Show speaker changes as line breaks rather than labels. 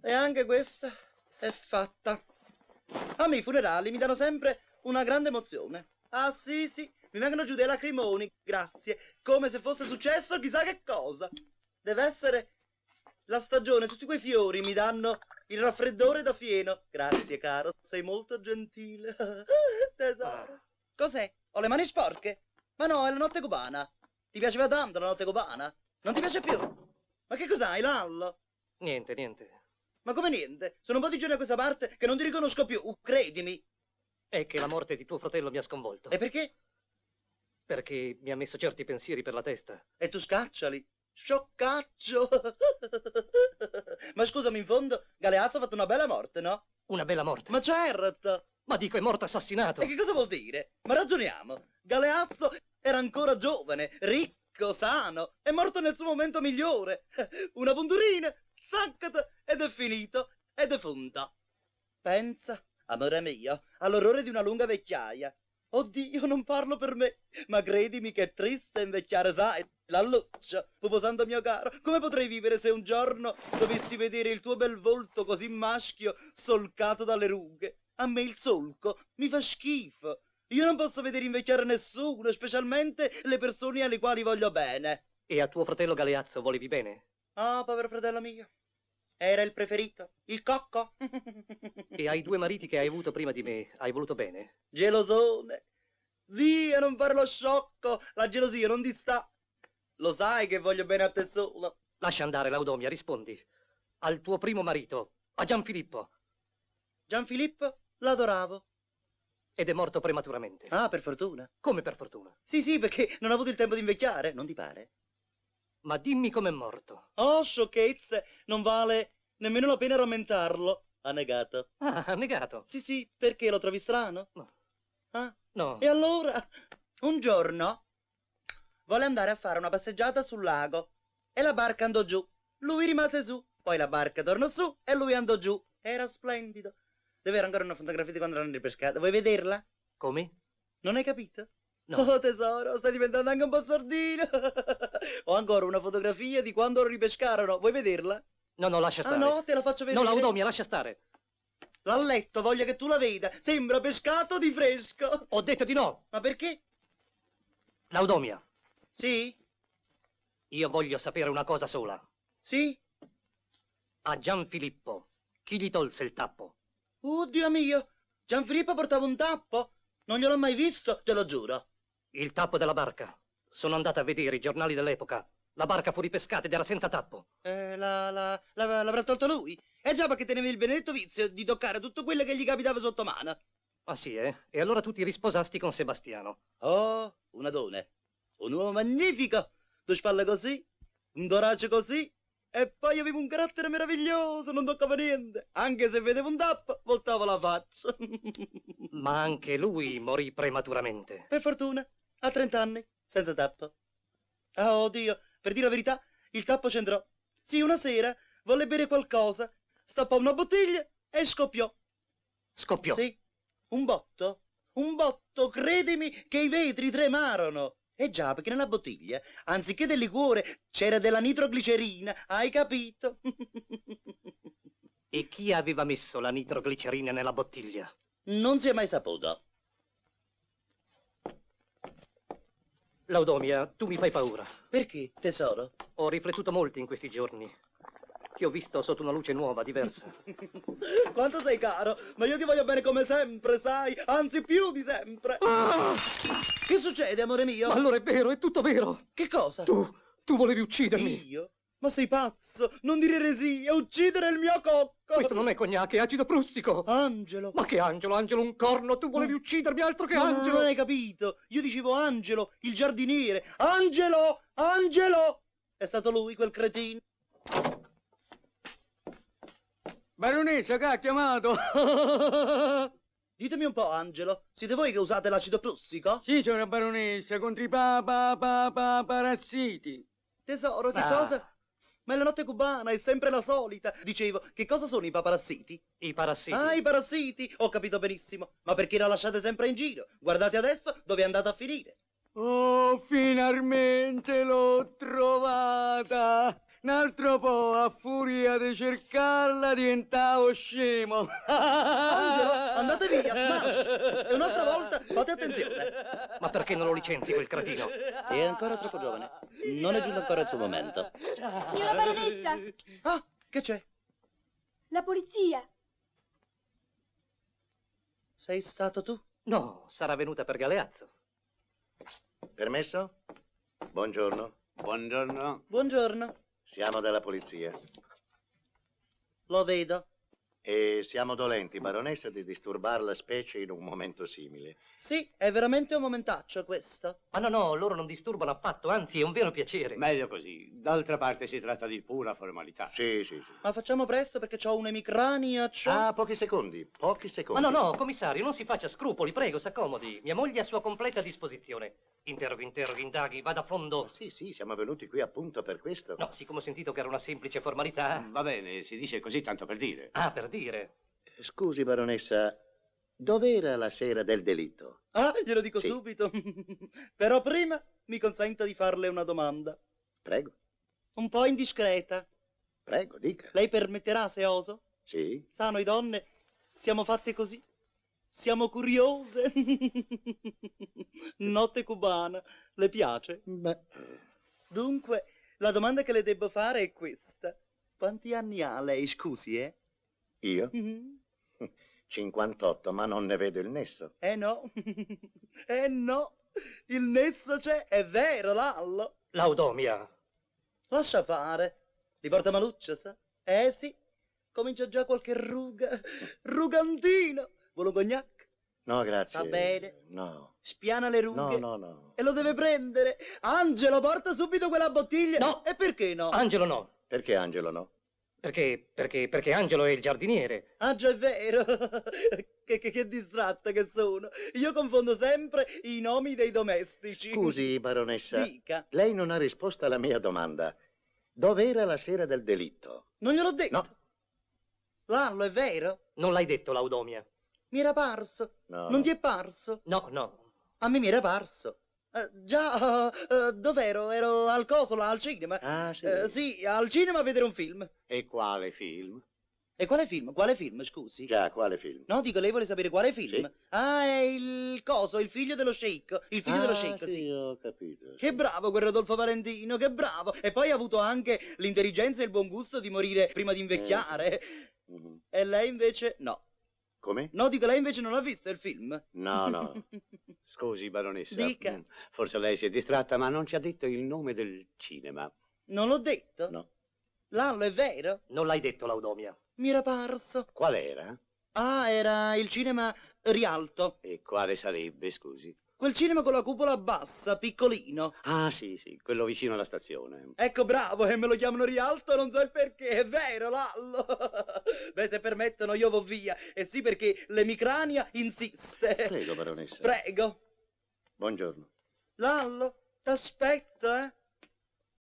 E anche questa è fatta. A me i funerali mi danno sempre una grande emozione. Ah sì, sì, mi vengono giù dei lacrimoni, grazie. Come se fosse successo chissà che cosa. Deve essere la stagione, tutti quei fiori mi danno il raffreddore da fieno. Grazie, caro, sei molto gentile. Tesoro. Cos'è? Ho le mani sporche? Ma no, è la notte cubana. Ti piaceva tanto la notte cubana? Non ti piace più? Ma che cos'hai, Lallo?
Niente, niente.
Ma come niente? Sono un po' di giorni a questa parte che non ti riconosco più, credimi.
È che la morte di tuo fratello mi ha sconvolto.
E perché?
Perché mi ha messo certi pensieri per la testa.
E tu scacciali. Scioccaccio! Ma scusami, in fondo, Galeazzo ha fatto una bella morte, no?
Una bella morte. Ma,
Ma certo!
dico, è morto assassinato.
E che cosa vuol dire? Ma ragioniamo. Galeazzo era ancora giovane, ricco, sano, è morto nel suo momento migliore. Una punturina, zaccata, ed è finito, è defunta. Pensa, amore mio, all'orrore di una lunga vecchiaia. Oddio, non parlo per me, ma credimi che è triste invecchiare, sai, la luccia, pupo santo mio caro, come potrei vivere se un giorno dovessi vedere il tuo bel volto così maschio solcato dalle rughe? A me il solco mi fa schifo. Io non posso vedere invecchiare nessuno, specialmente le persone alle quali voglio bene.
E a tuo fratello Galeazzo volevi bene.
Ah, povero fratello mio. Era il preferito, il cocco.
E ai due mariti che hai avuto prima di me hai voluto bene.
Gelosone. Via, non farlo sciocco. La gelosia non ti sta. Lo sai che voglio bene a te solo.
Lascia andare, Laudomia, rispondi. Al tuo primo marito, a Gianfilippo,
Gianfilippo l'adoravo.
ed è morto prematuramente.
Ah, per fortuna.
Come per fortuna.
Sì, sì, perché non ha avuto il tempo di invecchiare, non ti pare?
Ma dimmi com'è morto.
Oh, sciocchezze, non vale nemmeno la pena rammentarlo. Ha negato.
Ah, ha negato.
Sì, sì, perché lo trovi strano?
No.
Ah,
No.
e allora? Un giorno volle andare a fare una passeggiata sul lago e la barca andò giù. Lui rimase su, poi la barca tornò su e lui andò giù. Era splendido. Deve avere ancora una fotografia di quando l'hanno ripescata. Vuoi vederla?
Come?
Non hai capito?
No.
Oh tesoro, stai diventando anche un po' sordino. Ho ancora una fotografia di quando lo ripescarono. Vuoi vederla?
No, no, lascia
Ah
stare.
no, te la faccio
no,
vedere.
Laudomia, lascia stare.
L'ha letto, voglio che tu la veda. Sembra pescato di fresco.
Ho detto di no.
Ma perché?
Laudomia,
Sì?
io voglio sapere una cosa sola.
Sì?
A Gianfilippo, chi gli tolse il tappo?
Oddio mio, Gianfilippo portava un tappo? Non gliel'ho mai visto, te lo giuro.
Il tappo della barca. Sono andata a vedere i giornali dell'epoca. La barca fu ripescata ed era senza tappo.
Eh, la, la, la- l'avrà tolto lui? Eh già perché teneva il benedetto vizio di toccare tutto quello che gli capitava sotto mano.
Ah sì, eh? E allora tu ti risposasti con Sebastiano.
Oh, un adone. Un uomo magnifico. Due spalle così, un torace così. E poi avevo un carattere meraviglioso, non toccava niente. Anche se vedevo un tappo, voltavo la faccia.
Ma anche lui morì prematuramente.
Per fortuna, a 30 anni, senza tappo. Ah, oddio, per dire la verità, il tappo c'entrò. Sì, una sera volle bere qualcosa, stappò una bottiglia e scoppiò.
Scoppiò.
Sì, un botto, un botto, credimi che i vetri tremarono. E già, perché nella bottiglia, anziché del liquore, c'era della nitroglicerina, hai capito?
E chi aveva messo la nitroglicerina nella bottiglia?
non si è mai saputo.
Laudomia, tu mi fai paura.
Perché, tesoro?
Ho riflettuto molto in questi giorni. Ti ho visto sotto una luce nuova, diversa.
Quanto sei caro, ma io ti voglio bene come sempre, sai, anzi più di sempre.
Ah!
Che succede, amore mio?
Ma allora è vero, è tutto vero.
Che cosa?
Tu, tu volevi uccidermi.
Io? Ma sei pazzo, non dire eresie, uccidere il mio cocco.
Questo non è cognac, è acido prussico.
Angelo.
Ma che angelo, angelo, un corno. Tu volevi uccidermi, altro che
No, no,
angelo.
Mm. Non hai capito? Io dicevo Angelo, il giardiniere. Angelo! Angelo! È stato lui quel cretino.
Baronessa che ha chiamato?
Ditemi un po', Angelo, siete voi che usate l'acido prussico?
sì, sono la baronessa contro i pa, pa, pa, pa, parassiti.
Tesoro, che
Ah.
cosa? Ma è la notte cubana, è sempre la solita. Dicevo, che cosa sono i paparassiti?
I parassiti.
Ah, i parassiti! Ho capito benissimo. Ma perché la lasciate sempre in giro? Guardate adesso dove è andata a finire.
Oh, finalmente l'ho trovata! Un altro po' a furia di cercarla diventavo scemo.
Angelo, andate via, marcio. E un'altra volta fate attenzione.
Ma perché non lo licenzi quel cretino?
È ancora troppo giovane. Non è giunto ancora il suo momento.
Signora baronessa!
Ah, che c'è?
La polizia!
Sei stato tu?
No, sarà venuta per Galeazzo.
Permesso? Buongiorno.
Buongiorno.
Buongiorno.
Siamo della polizia
Lo vedo.
e siamo dolenti, baronessa, di disturbarla specie in un momento simile.
Sì, è veramente un momentaccio questo.
Ma no, no, loro non disturbano affatto, anzi è un vero piacere.
Meglio così. D'altra parte si tratta di pura formalità.
Sì, sì, sì.
Ma facciamo presto perché ho un'emicrania, c'ho...
Ah, pochi secondi, pochi
Ma
secondi.
no, no, commissario, non si faccia scrupoli, prego, s'accomodi. Mia moglie è a sua completa disposizione. Interroghi, interroghi, indaghi, vada a fondo.
Sì, sì, siamo venuti qui appunto per questo.
No, siccome ho sentito che era una semplice
Mm.
eh.
formalità...
Va bene, si dice così tanto per dire.
Ah, per dire.
Scusi, baronessa, dov'era la sera del delitto?
Ah, glielo dico
Sì.
subito. Però prima mi consenta di farle una domanda.
Prego,
Un po' indiscreta.
prego, dica.
Lei permetterà se oso?
Sì?
Sa, noi donne siamo fatte così. Siamo curiose. Notte cubana. Le piace?
Beh,
Dunque, la domanda che le devo fare è questa. Quanti anni ha lei, scusi, eh?
io?
Mhm.
58, ma non ne vedo il nesso.
Eh no, eh no, il nesso c'è, è vero, Lallo.
L'audomia.
Lascia fare, li porta Maluccio, sa? Eh sì, comincia già qualche ruga, rugantino. Vuole un cognac?
No, grazie.
Va bene.
No.
Spiana le rughe
No, no, no.
e lo deve prendere. Angelo, porta subito quella bottiglia.
No.
E perché no?
Angelo no,
Perché Angelo no?
perché, perché, perché Angelo è il giardiniere.
Ah, già è vero. che, che, che distratta che sono. Io confondo sempre i nomi dei domestici.
Scusi, cioè. baronessa.
Dica,
Lei non ha risposto alla mia domanda. Dov'era la sera del delitto?
non gliel'ho detto.
No.
Lallo, è vero?
Non l'hai detto, l'audomia.
Mi era parso.
Ah, No.
Non ti è parso?
No, no.
A me mi era parso. Eh, già, eh, eh, dov'ero? Ero al Cosola, al cinema.
Ah, sì.
Eh, sì, al cinema a vedere un film.
E quale film?
E quale film? Quale film, scusi?
Già, quale film?
No, dico, lei vuole sapere quale film? Ah, è il coso, il figlio dello Sheik. Il figlio
Ah,
dello Sheik, sì.
ho capito.
Che
sì.
bravo quel Rodolfo Valentino, che bravo! E poi ha avuto anche l'intelligenza e il buon gusto di morire prima di invecchiare.
Mm-hmm.
Mhm.
E lei invece no.
Come?
No, dico, lei invece non l'ha visto il film.
No, no.
Scusi, baronessa.
Dica.
Mm, Forse lei si è distratta, ma non ci ha detto il nome del cinema.
non l'ho detto?
No.
Lallo, è vero?
Non l'hai detto, l'audomia.
Mi era parso.
Qual era?
Ah, era il cinema Rialto.
E quale sarebbe, scusi?
Quel cinema con la cupola bassa, piccolino.
Ah, sì, sì, quello vicino alla stazione.
Ecco, bravo, e me lo chiamano Rialto, non so il perché, è vero, Lallo. Beh, se permettono, io vado via. E sì, perché l'emicrania insiste.
Prego, baronessa.
Prego.
Buongiorno.
Lallo, t'aspetto, eh?